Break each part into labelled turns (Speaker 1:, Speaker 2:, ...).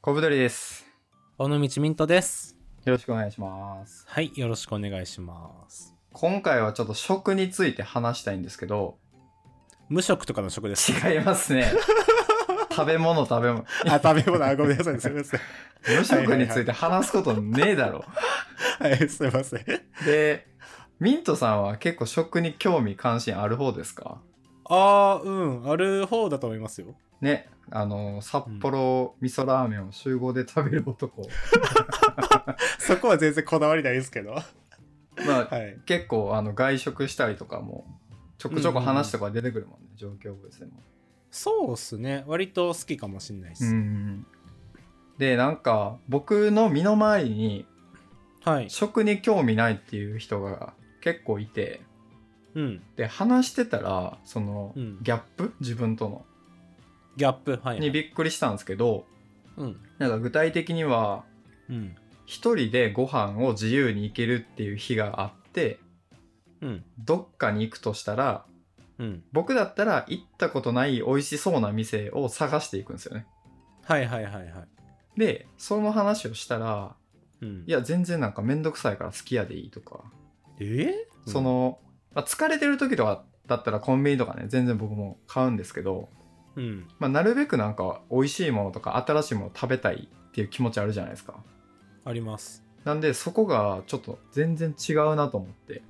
Speaker 1: 小太りです。
Speaker 2: 尾道ミントです。
Speaker 1: よろしくお願いします。
Speaker 2: はい、よろしくお願いします。
Speaker 1: 今回はちょっと食について話したいんですけど、
Speaker 2: 無職とかの職です。
Speaker 1: 違いますね。食べ物食べ物。
Speaker 2: あ、食べ物、あごめんなさい、すみません。
Speaker 1: 無食について話すことねえだろ。
Speaker 2: はい、すみません。
Speaker 1: で、ミントさんは結構食に興味関心ある方ですか
Speaker 2: あー、うん、ある方だと思いますよ。
Speaker 1: ね、あの、札幌味噌ラーメンを集合で食べる男。
Speaker 2: そこは全然こだわりないですけど。は
Speaker 1: まあ、
Speaker 2: い。
Speaker 1: 結構あの外食したりとかも、ちょくちょく話とか出てくるもんね、状況物でも。
Speaker 2: そうっすね。割と好きかもしんないで
Speaker 1: う
Speaker 2: す。
Speaker 1: ん。で、なんか僕の身の回りに
Speaker 2: はい。
Speaker 1: 食に興味ないっていう人が結構いて、
Speaker 2: うん。
Speaker 1: で、話してたら、その、
Speaker 2: うん
Speaker 1: ギャップ自分との。
Speaker 2: ギャップ、はい、は
Speaker 1: に
Speaker 2: い。
Speaker 1: びっくりしたんですけど、
Speaker 2: うん。
Speaker 1: なんか具体的には、
Speaker 2: うん。
Speaker 1: 一人でご飯を自由に行けるっていう日があって、
Speaker 2: うん。
Speaker 1: どっかに行くとしたら、
Speaker 2: うん。
Speaker 1: 僕だったら行ったことない美味しそうな店を探していくんですよね。
Speaker 2: はいはいはいはい。
Speaker 1: で、その話をしたら、
Speaker 2: うん
Speaker 1: い、や、全然なんかめんどくさいから好きやでいいとか、
Speaker 2: えー
Speaker 1: そ、の、まあ疲れてる時とかだったらコンビニとかね、全然僕も買うんですけど、
Speaker 2: うん。
Speaker 1: まあ、なるべくなんか美味しいものとか新しいもの食べたいっていう気持ちあるじゃないですか。
Speaker 2: あります。
Speaker 1: なんでそこがちょっと全然違うなと思って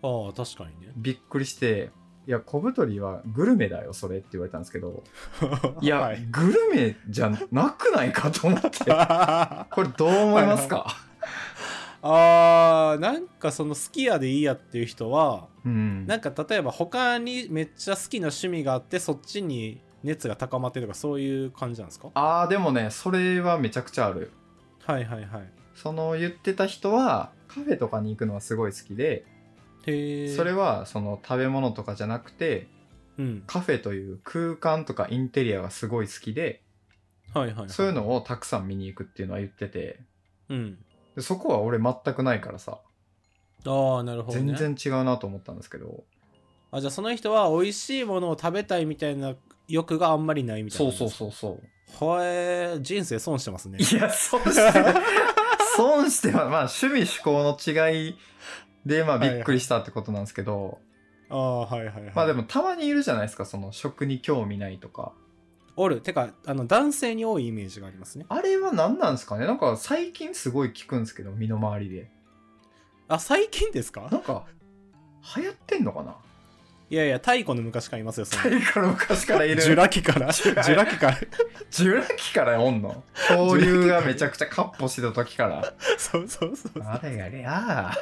Speaker 2: ああ、確かにね。
Speaker 1: びっくりして、いや、小太りはグルメだよ、それって言われたんですけど、いや、
Speaker 2: はい、
Speaker 1: グルメじゃなくないかと思って、
Speaker 2: あ
Speaker 1: これどう思いますか、
Speaker 2: あー、なんかその好きやでいいやっていう人は、
Speaker 1: うん。
Speaker 2: なんか例えば他にめっちゃ好きな趣味があってそっちに熱が高まってるとかそういう感じなんですか
Speaker 1: ああ、でもね、それはめちゃくちゃある。
Speaker 2: はいはいはい
Speaker 1: その言ってた人は、カフェとかに行くのはすごい好きで、
Speaker 2: へえ
Speaker 1: それはその食べ物とかじゃなくて
Speaker 2: うん
Speaker 1: カフェという空間とかインテリアがすごい好きで
Speaker 2: はいはい、はい、
Speaker 1: そういうのをたくさん見に行くっていうのは言ってて
Speaker 2: うん
Speaker 1: でそこは俺全くないからさ
Speaker 2: ああなるほど、ね、
Speaker 1: 全然違うなと思ったんですけど
Speaker 2: あじゃあその人は美味しいものを食べたいみたいな欲があんまりないみたい
Speaker 1: そ
Speaker 2: な
Speaker 1: うそうそうそう
Speaker 2: うはえー人生損してますね
Speaker 1: いや損して 損してはまあ趣味趣向の違いでまあ
Speaker 2: はい
Speaker 1: び
Speaker 2: はい
Speaker 1: っくりしたってことなんですけど、
Speaker 2: ああはいはいはい
Speaker 1: まあでもたまにいるじゃないですかその食に興味ないとか
Speaker 2: おるてかあの男性に多いイメージがありますね
Speaker 1: あれは何なんですかねなんか最近すごい聞くんですけど身の回りで
Speaker 2: あ最近ですか
Speaker 1: なんか流行ってんのかない
Speaker 2: やいや太古の昔からいますよその
Speaker 1: 大から昔からいる
Speaker 2: ジュラ紀からジ
Speaker 1: ジュ
Speaker 2: ュ
Speaker 1: ラ
Speaker 2: ラ紀から
Speaker 1: ジュラ紀からおんの恐竜がめちゃくちゃカッポしてた時から
Speaker 2: そうそうそうそう
Speaker 1: あれやれや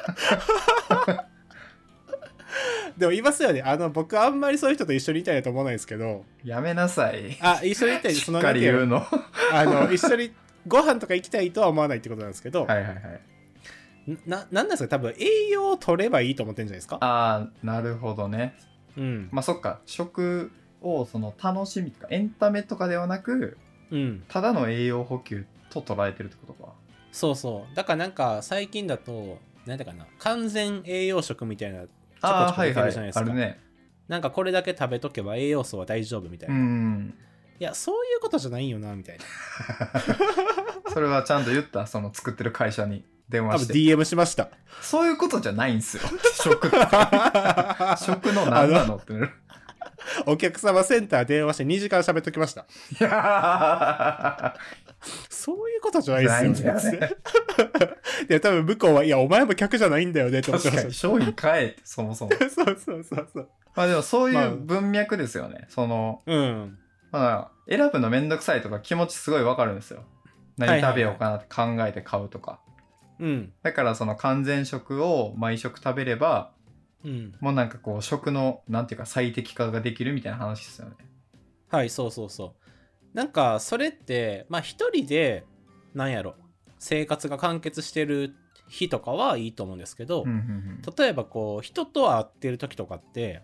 Speaker 2: でもいますよね。あの、僕、あんまりそういう人と一緒にいたいなと思わないですけど、
Speaker 1: やめなさい
Speaker 2: あ、一緒にいたい、
Speaker 1: し
Speaker 2: そ
Speaker 1: っ
Speaker 2: の、
Speaker 1: か
Speaker 2: なん
Speaker 1: り
Speaker 2: ていう
Speaker 1: 言うのは
Speaker 2: のあの、一緒にご飯とか行きたいとは思わないってことなんですけど、
Speaker 1: いはいはい
Speaker 2: な、なんなんですか多分、栄養を取ればいいと思ってるんじゃないですか
Speaker 1: ああなるほどね
Speaker 2: うん。
Speaker 1: まあそっか食をその楽しみとかエンタメとかではなく
Speaker 2: うん。
Speaker 1: ただの栄養補給と捉えてるってことか
Speaker 2: そうそう。だからなんか、最近だと、なんだかな、完全栄養食みたいな、
Speaker 1: ああ
Speaker 2: ちょこ
Speaker 1: は
Speaker 2: ちょ
Speaker 1: い
Speaker 2: こ出て
Speaker 1: は
Speaker 2: るじゃない
Speaker 1: い
Speaker 2: ですか
Speaker 1: あるね
Speaker 2: なんかこれだけ食べとけば栄養素は大丈夫みたいうな。い
Speaker 1: ん
Speaker 2: や、そういうことじゃないよな、みたいな。
Speaker 1: それはちゃんと言ったその作ってる会社に電
Speaker 2: 多
Speaker 1: 話
Speaker 2: 分
Speaker 1: して
Speaker 2: DM し ました。
Speaker 1: そういうことじゃないんすよ食食の何なのってなる
Speaker 2: お客様センター電話して2時間喋っときました。
Speaker 1: いや
Speaker 2: そういうことじゃないですよ
Speaker 1: ないんだよ
Speaker 2: ね。 で、多分向こうは、いや、お前も客じゃないんだよね、っ
Speaker 1: ー
Speaker 2: て思って
Speaker 1: 確
Speaker 2: ま
Speaker 1: か
Speaker 2: した
Speaker 1: に。商品買えってそもそも
Speaker 2: そうそうそうそう。
Speaker 1: まあでもそう
Speaker 2: ま
Speaker 1: い
Speaker 2: あ
Speaker 1: う文脈ですよねその
Speaker 2: うん。
Speaker 1: まあ選ぶのめんどくさいとか気持ちすごいわかるんですよ
Speaker 2: は
Speaker 1: 何
Speaker 2: いはい
Speaker 1: 食べようかなって考えて買うとか、
Speaker 2: うん。
Speaker 1: だからその完全食を毎食食べれば
Speaker 2: うん。
Speaker 1: もうなんかこう食のなんていうか最適化ができるみたいな話ですよね
Speaker 2: はい、そうそうそう。なんか、それって、まあ、一人で、なんやろ、生活が完結してる日とかはいいと思うんですけど、
Speaker 1: うんうんうん
Speaker 2: 例えばこう、人と会ってる時とかって、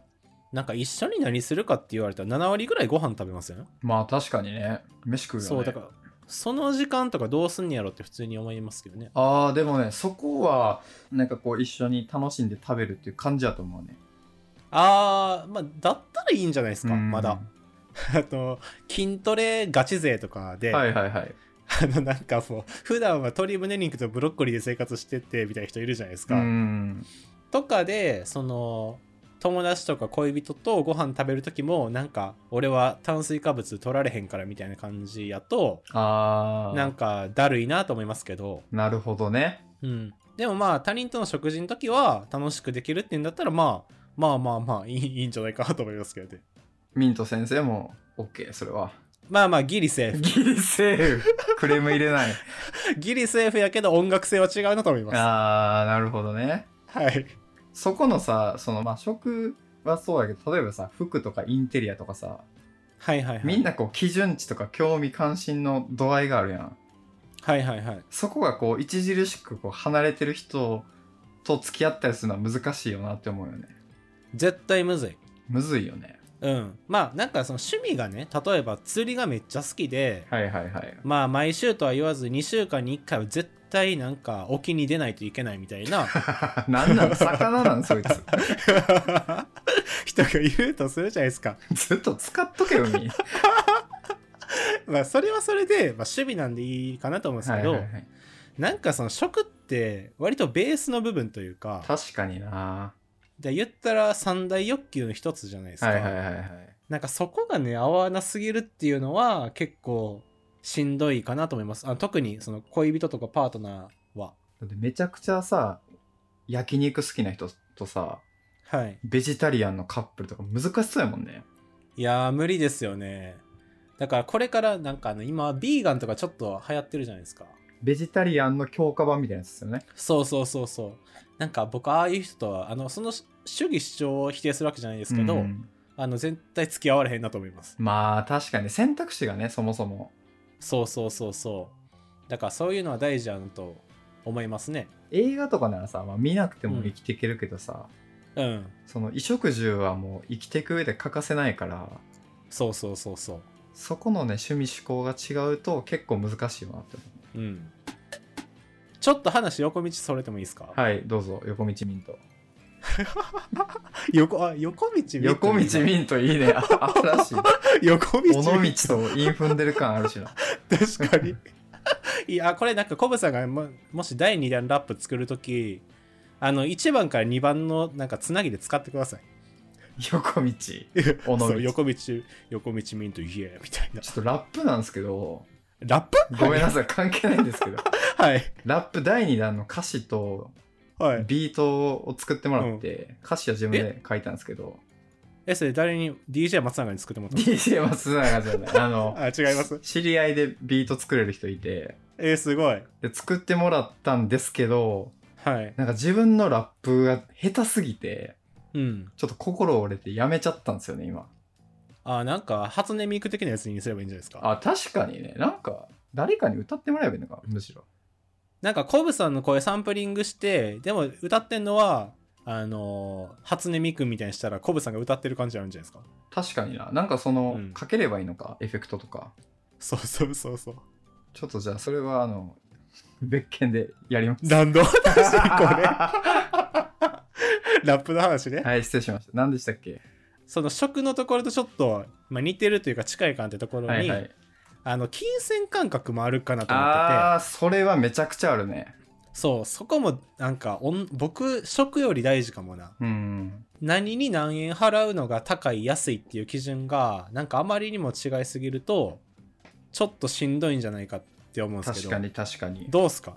Speaker 2: なんか一緒に何するかって言われたら7割ぐらいご飯食べますよね。
Speaker 1: まあ確かにね飯食うよね
Speaker 2: そう、だから、その時間とかどうすんねやろって普通に思いますけどね。
Speaker 1: ああでもねそこはなんかこう一緒に楽しんで食べるっていう感じだと思うね
Speaker 2: あー、まあ、だったらい いんじゃないですか、
Speaker 1: うん
Speaker 2: まだ。あと、筋トレガチ勢とかで、
Speaker 1: はいはいはい
Speaker 2: あのなんかもう普段は鶏胸肉とブロッコリーで生活しててみたいな人いるじゃないです
Speaker 1: う
Speaker 2: か、
Speaker 1: ん。
Speaker 2: とかでその友達とか恋人とご飯食べる時もなんか俺は炭水化物取られへんからみたいな感じやと
Speaker 1: ああ。
Speaker 2: なんかだるいなと思いますけど、
Speaker 1: なるほどね。
Speaker 2: うん、でもまあ他人との食事の時は楽しくできるって言うんだったらまあまあまあまあいいいいんじゃないかなと思いますけどね
Speaker 1: ミント先生も OK、それは。
Speaker 2: まあまあギリセー フ
Speaker 1: ギリセーフ。クレーム入れない。
Speaker 2: ギリセーフやけど音楽性は違うなと思います
Speaker 1: ああ、なるほどね。
Speaker 2: はい
Speaker 1: そこのさ、その、まあ、食はそうやけど、例えばさ、服とかインテリアとかさ、
Speaker 2: はいはいはい
Speaker 1: みんなこう、基準値とか興味関心の度合いがあるやん。
Speaker 2: はいはいはい
Speaker 1: そこがこう、著しくこう、離れてる人と付き合ったりするのは難しいよなって思うよね。
Speaker 2: 絶対むずい
Speaker 1: むずいよね。
Speaker 2: うんまあなんかその趣味がね例えば釣りがめっちゃ好きで
Speaker 1: はいはいはい。
Speaker 2: まあ毎週とは言わず2週間に1回は絶対なんか沖に出ないといけないみたい な
Speaker 1: なんなん魚なんそいつ。
Speaker 2: 人が言うとするじゃないですか
Speaker 1: ずっと使っとけよ、み。
Speaker 2: まあそれはそれで、まあ、趣味なんでいいかなと思うんですけど、
Speaker 1: はいはいはい
Speaker 2: なんかその食って割とベースの部分というか
Speaker 1: 確かにな
Speaker 2: で言ったら三大欲求の一つじゃないですか、
Speaker 1: はいはいはいはい。
Speaker 2: なんかそこがね合わなすぎるっていうのは結構しんどいかなと思いますあ特にその恋人とかパートナーは
Speaker 1: だってめちゃくちゃさ、焼肉好きな人とさ、
Speaker 2: はい
Speaker 1: ベジタリアンのカップルとか難しそうやもんね。
Speaker 2: いやー無理ですよねだからこれからなんかあの今ビーガンとかちょっと流行ってるじゃないですか
Speaker 1: ベジタリアンの強化版みたいなやつですよね。
Speaker 2: そうそうそうそうなんか僕ああいう人とはあのその主義主張を否定するわけじゃないですけど、
Speaker 1: うん
Speaker 2: あの絶対付き合われへんなと思います
Speaker 1: まあ確かに選択肢がね、そもそも。
Speaker 2: そうそうそうそうだからそういうのは大事だなと思いますね
Speaker 1: 映画とかならさ、まあ、見なくても生きていけるけどさ、
Speaker 2: うん
Speaker 1: その衣食住はもう生きていく上で欠かせないから、
Speaker 2: そうそうそうそう
Speaker 1: そこのね、趣味思考が違うと結構難しいよなって思う。
Speaker 2: うんちょっと話横道それてもいいですか、
Speaker 1: はい、どうぞ、横道ミント。
Speaker 2: 横あ横道見てみ
Speaker 1: 横道ミントいい ね。あ新しい。
Speaker 2: 横道
Speaker 1: 尾道と韻踏んでる感あるしな。
Speaker 2: 確かに いやこれなんかコブさんがももし第2弾ラップ作るときあの1番から2番のなんかつなぎで使ってください
Speaker 1: 横道。尾
Speaker 2: そ
Speaker 1: 道。ちょ
Speaker 2: う横道横道ミントイエーみたいな
Speaker 1: っとラップなんですけど、
Speaker 2: ラップ
Speaker 1: ごめんなさい、関係ないんですけど、
Speaker 2: はい
Speaker 1: ラップ第2弾の歌詞と
Speaker 2: はい
Speaker 1: ビートを作ってもらって、歌詞は自分で書いたんですけど、
Speaker 2: えそれ誰に DJ 松永に作ってもらっ
Speaker 1: DJ 松永じゃ ない。あの、
Speaker 2: たのあ違います
Speaker 1: 知り合いでビート作れる人いて、
Speaker 2: えー、すごい
Speaker 1: で作ってもらったんですけど、
Speaker 2: はい
Speaker 1: なんか自分のラップが下手すぎて、
Speaker 2: うん
Speaker 1: ちょっと心折れてやめちゃったんですよね、今。
Speaker 2: あなんか初音ミク的なやつにすればいいんじゃないですか
Speaker 1: あ、確かにね。なんか、誰かに歌ってもらえばいいのか、むしろ。
Speaker 2: なんかコブさんの声サンプリングしてでも歌ってんのはあのー初音ミクみたいにしたらコブさんが歌ってる感じあるんじゃないですか
Speaker 1: 確かにな。なんかその、
Speaker 2: うん
Speaker 1: かければいいのか、エフェクトとか。
Speaker 2: そうそうそうそう
Speaker 1: ちょっとじゃあ、それは、あの、別件でやります。
Speaker 2: 何の話これ
Speaker 1: は
Speaker 2: ラップの話ね、
Speaker 1: い、失礼しました。何でしたっけ
Speaker 2: その食のところとちょっと、まあ、似てるというか近い感ってところに、
Speaker 1: はいはい。
Speaker 2: あの金銭感覚もあるかなと思って
Speaker 1: あー、それはめちゃくちゃあるね。
Speaker 2: てそうそこもなんかおん僕食より大事かもな
Speaker 1: うん。
Speaker 2: 何に何円払うのが高い安いっていう基準がなんかあまりにも違いすぎるとちょっとしんどいんじゃないかって思うんです
Speaker 1: 確
Speaker 2: けど
Speaker 1: かに確かに。
Speaker 2: どうすか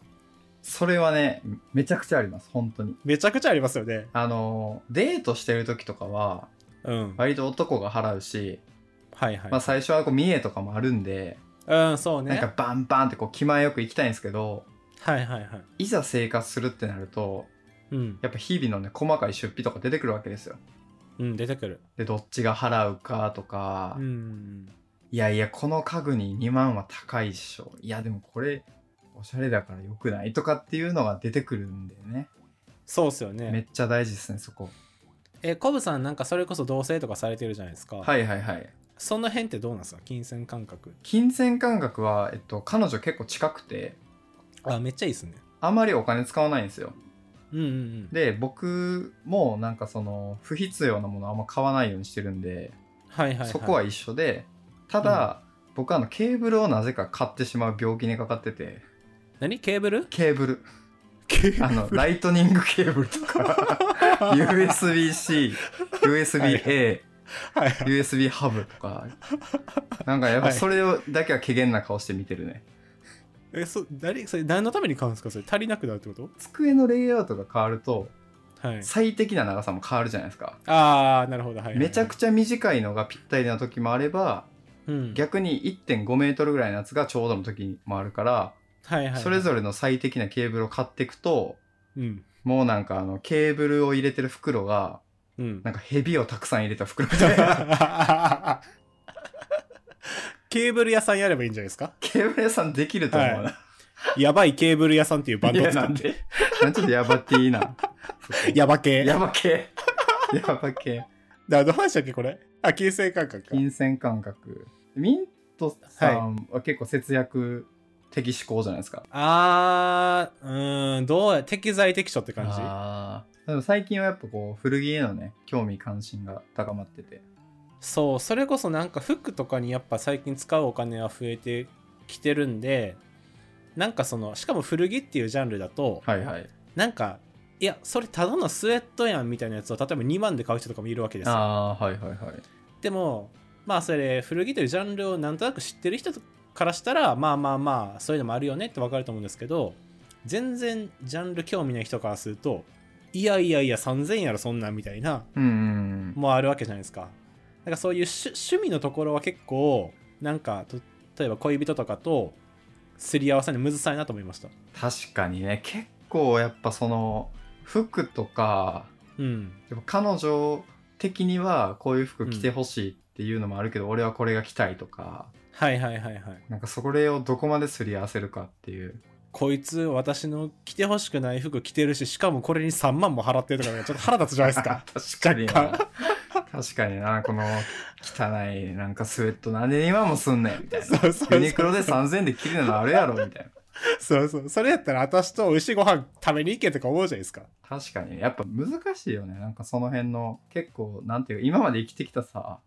Speaker 1: それはね、めちゃくちゃあります、本当に。
Speaker 2: めちゃくちゃありますよね
Speaker 1: あの、デートしてる時とかは、
Speaker 2: うん、
Speaker 1: 割と男が払うし、
Speaker 2: はいはい、
Speaker 1: まあ最初はこう見栄とかもあるんで、
Speaker 2: うんそう
Speaker 1: なん
Speaker 2: ね
Speaker 1: かバンバンってこう気前よく行きたいんですけど、
Speaker 2: はいはいはい
Speaker 1: いざ生活するってなると、
Speaker 2: うん、
Speaker 1: やっぱ日々のね、細かい出費とか出てくるわけですよ。
Speaker 2: うん、出てくる
Speaker 1: で、どっちが払うかとか、
Speaker 2: うん
Speaker 1: いやいや、この家具に2万は高いっしょ。いや、でもこれ、おしゃれだから良くないとかっていうのが出てくるんでね。
Speaker 2: そうっすよね
Speaker 1: めっちゃ大事ですね、そこ。
Speaker 2: えコブさんなんかそれこそ同棲とかされてるじゃないですか、
Speaker 1: はいはいはい。
Speaker 2: その辺ってどうなんですか金銭感覚
Speaker 1: 金銭感覚は、えっと、彼女結構近くて、
Speaker 2: あめっちゃいいっすね
Speaker 1: あまりお金使わないんですよ。
Speaker 2: うんうんうん
Speaker 1: で、僕もなんかその、不必要なものあんま買わないようにしてるんで、
Speaker 2: はいはい、はい、
Speaker 1: そこは一緒でただ、僕あのケーブルをなぜか買ってしまう病気にかかってて
Speaker 2: 何ケーブル
Speaker 1: ケーブル
Speaker 2: ケーブル
Speaker 1: あのライトニングケーブルとか USB-C、USB-A、
Speaker 2: はい
Speaker 1: USB ハブとかなんかやっぱそれをだけは怪げな顔して見てるね
Speaker 2: えそ誰それ何のために買うんですかそれ足りなくなるってこと
Speaker 1: 机のレイアウトが変わると
Speaker 2: はい
Speaker 1: 最適な長さも変わるじゃないですか
Speaker 2: ああなるほどはいはいはい
Speaker 1: めちゃくちゃ短いのがぴったりな時もあれば
Speaker 2: うん
Speaker 1: 逆に1.5メートルぐらいのやつがちょうどの時もあるから
Speaker 2: はいはいはい
Speaker 1: それぞれの最適なケーブルを買っていくと
Speaker 2: うん
Speaker 1: もうなんかあのケーブルを入れてる袋が
Speaker 2: うん
Speaker 1: なんかヘビをたくさん入れた袋みたいな
Speaker 2: ケーブル屋さんやればいいんじゃないですか
Speaker 1: ケーブル屋さんできると思うな、
Speaker 2: やばいケーブル屋さんっていうバ
Speaker 1: い
Speaker 2: ンドを
Speaker 1: や
Speaker 2: 作
Speaker 1: なん
Speaker 2: って
Speaker 1: でなんちょっとヤバティーな
Speaker 2: やば系
Speaker 1: やば系やば系
Speaker 2: だどうでしたっけこれあ金星感覚か
Speaker 1: 金銭感覚ミントさんは結構節約的思考じゃないですか、
Speaker 2: あーうーんどうや適材適所って感じ
Speaker 1: あーでも最近はやっぱこう古着へのね興味関心が高まってて
Speaker 2: そうそれこそなんか服とかにやっぱ最近使うお金は増えてきてるんでなんかそのしかも古着っていうジャンルだと
Speaker 1: はいはい
Speaker 2: なんかいやそれただのスウェットやんみたいなやつを例えば2万で買う人とかもいるわけですよ
Speaker 1: ああはいはいはい
Speaker 2: でもまあそれ古着というジャンルをなんとなく知ってる人からしたらまあまあまあそういうのもあるよねってわかると思うんですけど全然ジャンル興味ない人からするといやいやいや3000円やろそんなんみたいな
Speaker 1: うんうんうん
Speaker 2: もあるわけじゃないですかなんかそういう趣趣味のところは結構なんかと例えば恋人とかとすり合わせるのむずさいなと思いました
Speaker 1: 確かにね結構やっぱその服とか
Speaker 2: うん
Speaker 1: やっぱ彼女的にはこういう服着てほしいっていうのもあるけど、俺はこれが着たいとか
Speaker 2: はいはいはいはい
Speaker 1: なんかそれをどこまですり合わせるかっていう
Speaker 2: こいつ私の着てほしくない服着てるししかもこれに3万も払ってるとかねちょっと腹立つじゃないです か
Speaker 1: 確かにな
Speaker 2: 若
Speaker 1: 確かになこの汚いなんかスウェットなんで今もすんねんみたいな
Speaker 2: そうそうそう
Speaker 1: ユニクロで3000円で着るのあるやろみたいな
Speaker 2: そうそう。それやったら私と美味しいご飯食べに行けとか思うじゃないですか。
Speaker 1: 確かにやっぱ難しいよねなんかその辺の結構なんていうか今まで生きてきたさ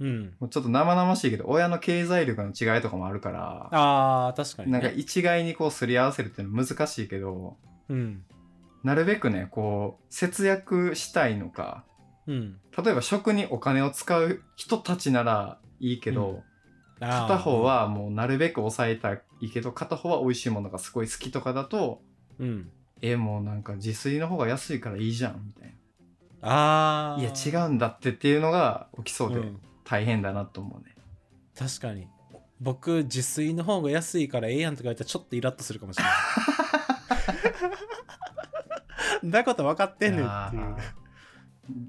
Speaker 2: うん。
Speaker 1: もうちょっと生々しいけど親の経済力の違いとかもあるから
Speaker 2: ああ、確かに、
Speaker 1: な
Speaker 2: ね。
Speaker 1: んか一概にこうすり合わせるっていうのは難しいけど
Speaker 2: うん。
Speaker 1: なるべくねこう節約したいのか
Speaker 2: うん。
Speaker 1: 例えば食にお金を使う人たちならいいけど、
Speaker 2: うんあー
Speaker 1: 片方、はもうなるべく抑えたいけど片方は美味しいものがすごい好きとかだと
Speaker 2: うん。
Speaker 1: えもうなんか自炊の方が安いからいいじゃんみたい
Speaker 2: あ
Speaker 1: な
Speaker 2: あ。
Speaker 1: いや違うんだってっていうのが起きそう
Speaker 2: う
Speaker 1: で
Speaker 2: ん
Speaker 1: 大変だなと思うね、
Speaker 2: 確かに。僕、自炊の方が安いからええやんとか言ったらちょっとイラッとするかもしれな い。んなこと分かってんねんっていう
Speaker 1: あー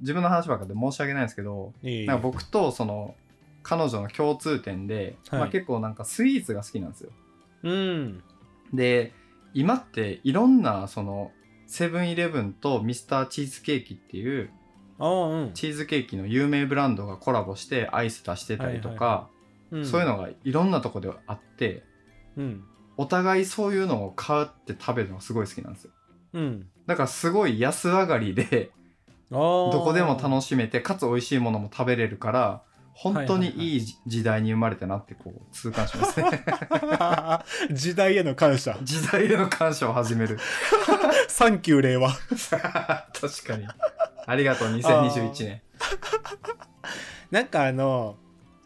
Speaker 1: 自分の話ばっかで申し訳ないんですけど、
Speaker 2: いえいえ。
Speaker 1: なんか僕とその彼女の共通点で、
Speaker 2: はい
Speaker 1: まあ、結構なんかスイーツが好きなんですよ
Speaker 2: うん。
Speaker 1: で今っていろんなそのセブンイレブンとミスターチーズケーキっていう
Speaker 2: ああ、うん。
Speaker 1: チーズケーキの有名ブランドがコラボしてアイス出してたりとか、
Speaker 2: うん
Speaker 1: そういう。のがいろんなとこであって
Speaker 2: うん。
Speaker 1: お互いそういうのを買って食べるのがすごい好きなんですよ
Speaker 2: うん。
Speaker 1: だからすごい安上がりで
Speaker 2: ああ。
Speaker 1: どこでも楽しめてかつ美味しいものも食べれるから本当にいい時代に生まれたなってこう痛感しますね
Speaker 2: 時代への感謝。
Speaker 1: 時代への感謝を始める
Speaker 2: サンキュー令和。
Speaker 1: 確かにありがとう2021年
Speaker 2: なんかあの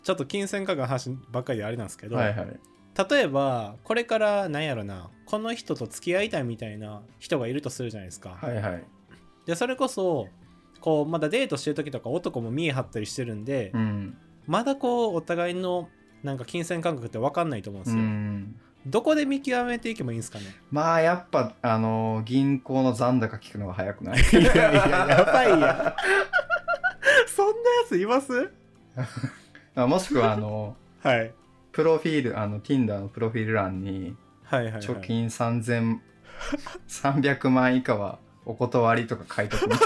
Speaker 2: ちょっと金銭価格の話ばっかりであれなんですけど、
Speaker 1: はいはい
Speaker 2: 例えばこれからなんやろなこの人と付き合いたいみたいな人がいるとするじゃないですか、
Speaker 1: はいはい
Speaker 2: でそれこそこうまだデートしてる時とか男も見え張ったりしてるんで、
Speaker 1: うん
Speaker 2: まだこうお互いのなんか金銭感覚って分かんないと思うんで
Speaker 1: う
Speaker 2: すよ、
Speaker 1: ん
Speaker 2: どこで見極めていけばいいんですかね
Speaker 1: まあやっぱあのー銀行の残高聞くのが早 くないい
Speaker 2: いやいや やばいや そんなやついます
Speaker 1: やもしくはあの
Speaker 2: はい
Speaker 1: プロフィールあの Tinder のプロフィール欄に
Speaker 2: はいはい、はい、
Speaker 1: 貯金3000 300万以下はお断りとか書いと くみたい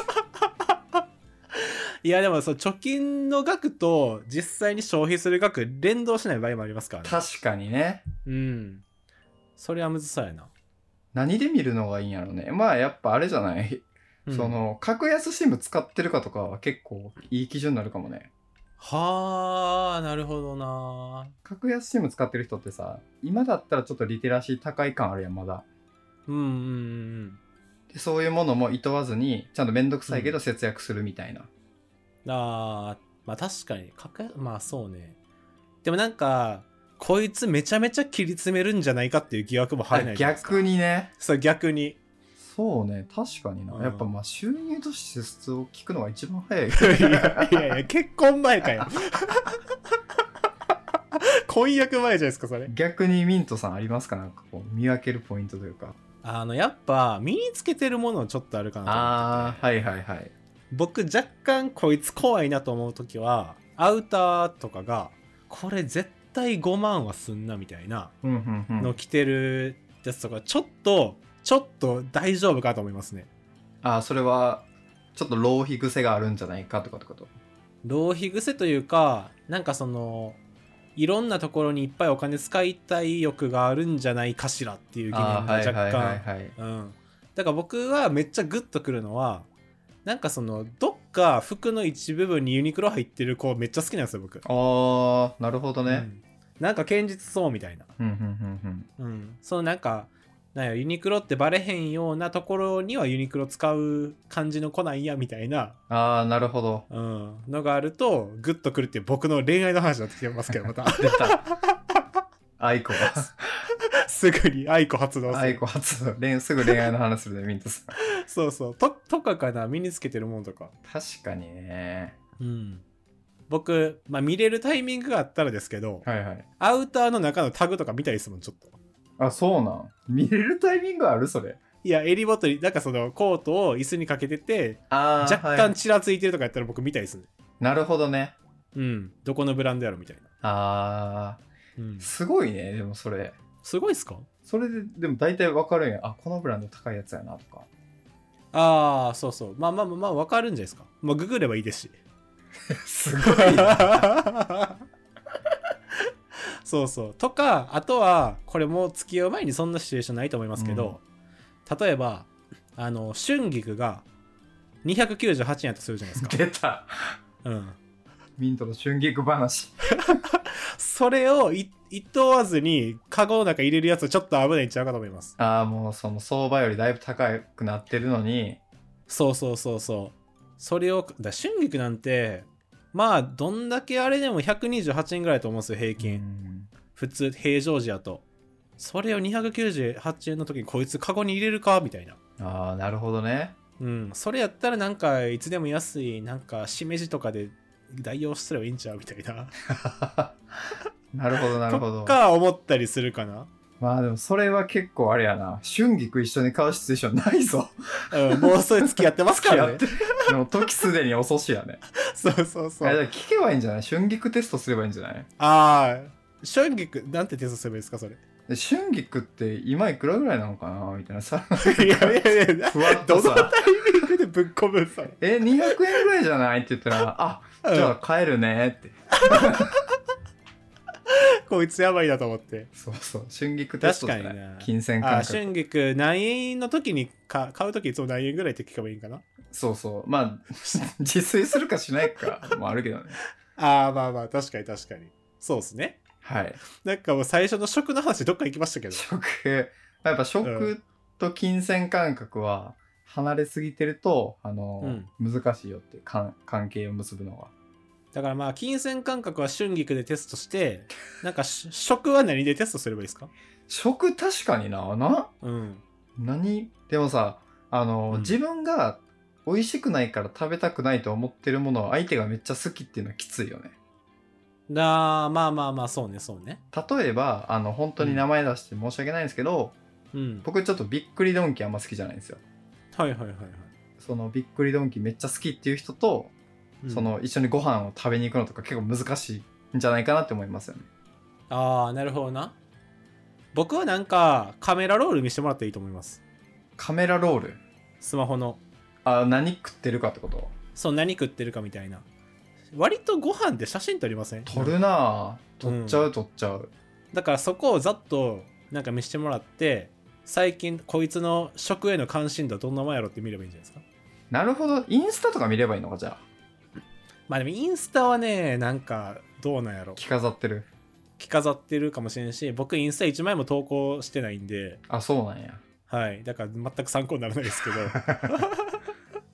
Speaker 2: いやでもそう貯金の額と実際に消費する額連動しない場合もありますからね
Speaker 1: な確かにね
Speaker 2: うんそれはむずそうやな、
Speaker 1: 何で見るのがいいんやろうねまあやっぱあれじゃない、
Speaker 2: うん
Speaker 1: その格安 SIM 使ってるかとかは結構いい基準になるかもね
Speaker 2: はあなるほどな
Speaker 1: 格安 SIM 使ってる人ってさ今だったらちょっとリテラシー高い感あるやんまだ
Speaker 2: うんうんうん
Speaker 1: でそういうものも厭わずにちゃんと面倒くさいけど節約するみたいな、
Speaker 2: うんあーまあ確かにかけまあそうねでもなんかこいつめちゃめちゃ切り詰めるんじゃないかっていう疑惑も晴れないじゃないですか
Speaker 1: 逆にね
Speaker 2: そう 逆に
Speaker 1: そうね確かにな、
Speaker 2: うん
Speaker 1: やっぱまあ収入と支出を聞くのが一番早い
Speaker 2: い やいやいや結婚前か よ婚約前じゃないですかそれ
Speaker 1: 逆にミントさんありますかなんかこう見分けるポイントというか
Speaker 2: あのやっぱ身につけてるものちょっとあるかなと思って
Speaker 1: ああはいはいはい
Speaker 2: 僕若干こいつ怖いなと思う時はアウターとかがこれ絶対5万はすんなみたいな
Speaker 1: うんうんう
Speaker 2: の
Speaker 1: ん
Speaker 2: 着てるやつとかちょっとちょっと大丈夫かと思いますね
Speaker 1: ああそれはちょっと浪費癖があるんじゃないかとかってこと
Speaker 2: 浪費癖というかなんかそのいろんなところにいっぱいお金使いたい欲があるんじゃないかしらっていう疑
Speaker 1: あ
Speaker 2: 念
Speaker 1: あは
Speaker 2: が
Speaker 1: い
Speaker 2: 若
Speaker 1: は
Speaker 2: 干、
Speaker 1: いはいはい
Speaker 2: うん、だから僕はめっちゃグッとくるのはなんかそのどっか服の一部分にユニクロ入ってる子めっちゃ好きなんですよ僕
Speaker 1: ああなるほどね、
Speaker 2: うんなんか堅実そうみたいな、
Speaker 1: うん、うんうん
Speaker 2: うん、そのなんかなんやユニクロってバレへんようなところにはユニクロ使う感じの子なんやみたいな、
Speaker 1: うんああなるほど
Speaker 2: うん、のがあるとグッとくるっていう僕の恋愛の話になってきてますけど また
Speaker 1: 出た愛子が
Speaker 2: すぐに愛子発動す
Speaker 1: 愛
Speaker 2: る
Speaker 1: 子初恋すぐ恋愛の話するねミントさん
Speaker 2: そうそうととかかな身につけてるものとか、
Speaker 1: 確かにね
Speaker 2: うん、僕、まあ、見れるタイミングがあったらですけど
Speaker 1: はいはい
Speaker 2: アウターの中のタグとか見たりするもんちょっと
Speaker 1: あそうなん見れるタイミングあるそれ
Speaker 2: いや襟元になんかそのコートを椅子にかけてて
Speaker 1: あー
Speaker 2: 若
Speaker 1: は
Speaker 2: 干
Speaker 1: い
Speaker 2: ちらついてるとかやったら僕見たりする
Speaker 1: なるほどね
Speaker 2: うん、どこのブランドやろみたいな。
Speaker 1: あーすごいねでもそれ
Speaker 2: すごいっすか
Speaker 1: それででも大体わかるんやあこのブランド高いやつやなとか
Speaker 2: ああ、そうそう。まあまあまあまあ、わかるんじゃないですか。まあ、ググればいい ですし。
Speaker 1: すご
Speaker 2: そうそう。とか、あとは、これもう付き合う前にそんなシチュエーションないと思いますけど、例えば、あの、春菊が298円やとするじゃないですか。
Speaker 1: 出た
Speaker 2: うん。
Speaker 1: ミントの春菊話
Speaker 2: それをい、いとわずに、カゴの中入れるやつはちょっと危ないんちゃうかと思います。
Speaker 1: ああもうその相場よりだいぶ高くなってるのに
Speaker 2: そうそうそうそうそれをだ春菊なんてまあどんだけあれでも128円ぐらいだと思うんですよ平
Speaker 1: う
Speaker 2: 均、
Speaker 1: ん
Speaker 2: 普通平常時やとそれを298円の時にこいつカゴに入れるかみたいな
Speaker 1: ああなるほどね
Speaker 2: うんそれやったらなんかいつでも安いなんかしめじとかで代用すればいいんちゃうみたいな
Speaker 1: なるほ どなるほ
Speaker 2: と
Speaker 1: ど
Speaker 2: か思ったりするかな、
Speaker 1: まあでもそれは結構あれやな春菊一緒に買うシチュエーションないぞ
Speaker 2: うん、もうそれ付き合ってますから
Speaker 1: やっ
Speaker 2: ね
Speaker 1: てでも時すでに遅しやね
Speaker 2: そうそう
Speaker 1: い
Speaker 2: そ
Speaker 1: やだ
Speaker 2: う
Speaker 1: から聞けばいいんじゃない春菊テストすればいいんじゃない
Speaker 2: ああ春菊なんてテストすればいいですかそれ
Speaker 1: で春菊って今いくらぐらいなのかなみたいなさ
Speaker 2: いやいやいや
Speaker 1: ふわっ
Speaker 2: ど
Speaker 1: と
Speaker 2: の
Speaker 1: さ
Speaker 2: タイミングでぶっ込む さ
Speaker 1: 「え200円ぐらいじゃない?」って言ったら「あじゃあ帰るね」って
Speaker 2: こいつやばいなと思って。
Speaker 1: そうそう春菊テストじゃ
Speaker 2: 確かに
Speaker 1: な
Speaker 2: ね
Speaker 1: い金銭
Speaker 2: あ
Speaker 1: 感
Speaker 2: あ、
Speaker 1: 覚
Speaker 2: 春菊何円の時にか買う時いつも何円ぐらいって聞けばいいんかな
Speaker 1: そうそうまあ 自炊するかしないかもあるけどね
Speaker 2: ああ、まあまあ、確かに確かに。そうですね。
Speaker 1: はい
Speaker 2: なんかもう最初の食の話どっか行きましたけど。
Speaker 1: 食 やっぱ
Speaker 2: う
Speaker 1: 食と金銭感覚は離れすぎてるとあの、難しいよってかん関係を結ぶのが
Speaker 2: だからまあ、金銭感覚は春菊でテスト して、なんかし食は何でテストすればいいですか
Speaker 1: 食確かになな
Speaker 2: うん。
Speaker 1: 何でもさあの、
Speaker 2: うん
Speaker 1: 自分が美味しくないから食べたくないと思ってるものを相手がめっちゃ好きっていうのはきついよね
Speaker 2: だあまあまあまあ、そうね、そうね。
Speaker 1: 例えばあの本当に名前出して申し訳ないんですけど、
Speaker 2: うん。
Speaker 1: 僕ちょっとびっくりドンキあんま好きじゃないんですよ
Speaker 2: はいはいはいはい。
Speaker 1: そのびっくりドンキめっちゃ好きっていう人と、
Speaker 2: うん
Speaker 1: その一緒にご飯を食べに行くのとか結構難しいんじゃないかなって思いますよね
Speaker 2: ああ、なるほどな。僕はなんかカメラロール見せてもらっていいと思います。
Speaker 1: カメラロール
Speaker 2: スマホの。
Speaker 1: あ何食ってるかってこと
Speaker 2: そう何食ってるかみたいな割とご飯で写真撮りません
Speaker 1: 撮るなぁ撮っちゃう撮っちゃう、
Speaker 2: だからそこをざっとなんか見せてもらって最近こいつの食への関心度どんなもんやろって見ればいいんじゃないですか
Speaker 1: なるほどインスタとか見ればいいのかじゃあ
Speaker 2: まあでもインスタはねなんかどうなんやろ
Speaker 1: 着飾ってる
Speaker 2: 着飾ってるかもしれんし僕インスタ1枚も投稿してないんで
Speaker 1: あそうなんや
Speaker 2: はいだから全く参考にならないですけど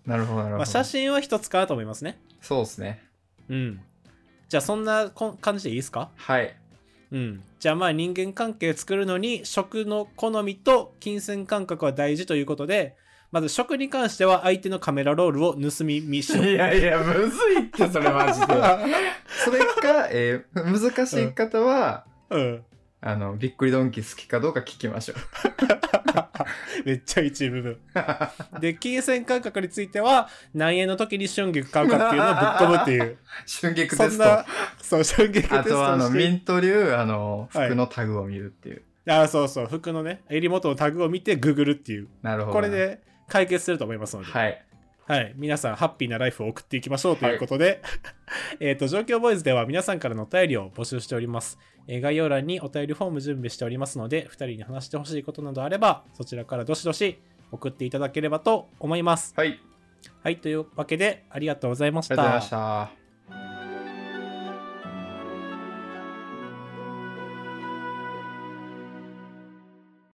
Speaker 1: なるほどなるほど、
Speaker 2: まあ写真は一つかなと思いますね
Speaker 1: そうですね
Speaker 2: うんじゃあそんなこん感じでいいですか
Speaker 1: はい
Speaker 2: うんじゃあまあ人間関係作るのに食の好みと金銭感覚は大事ということでまず食に関しては相手のカメラロールを盗み見し ろ
Speaker 1: いやいやむずいってそれマ ジでそれか、えー難しい方は、
Speaker 2: うん
Speaker 1: あのびっくりドンキー好きかどうか聞きましょう
Speaker 2: めっちゃ一部分で金銭感覚については何円の時に春菊買うかっていうのをぶっ込むって いう
Speaker 1: 春菊
Speaker 2: そ
Speaker 1: テ
Speaker 2: ん
Speaker 1: スト
Speaker 2: な、そう、衝撃テスト
Speaker 1: あとはあの
Speaker 2: をして
Speaker 1: ミント流あの
Speaker 2: はい
Speaker 1: 服のタグを見るっていう、
Speaker 2: あ、そうそう、服のね、襟元のタグを見てググるっていう、
Speaker 1: なるほど
Speaker 2: こ
Speaker 1: な
Speaker 2: れで解決すると思いますので、はい、
Speaker 1: はい
Speaker 2: 皆さん、ハッピーなライフを送っていきましょうということで、 えっと、状況ボーイズでは皆さんからのお便りを募集しております。えー概要欄にお便りフォーム準備しておりますので、2人に話してほしいことなどあれば、そちらからどしどし送っていただければと思います。
Speaker 1: はいあり
Speaker 2: はい、というわけで、ありがとうございまし
Speaker 1: がとうございました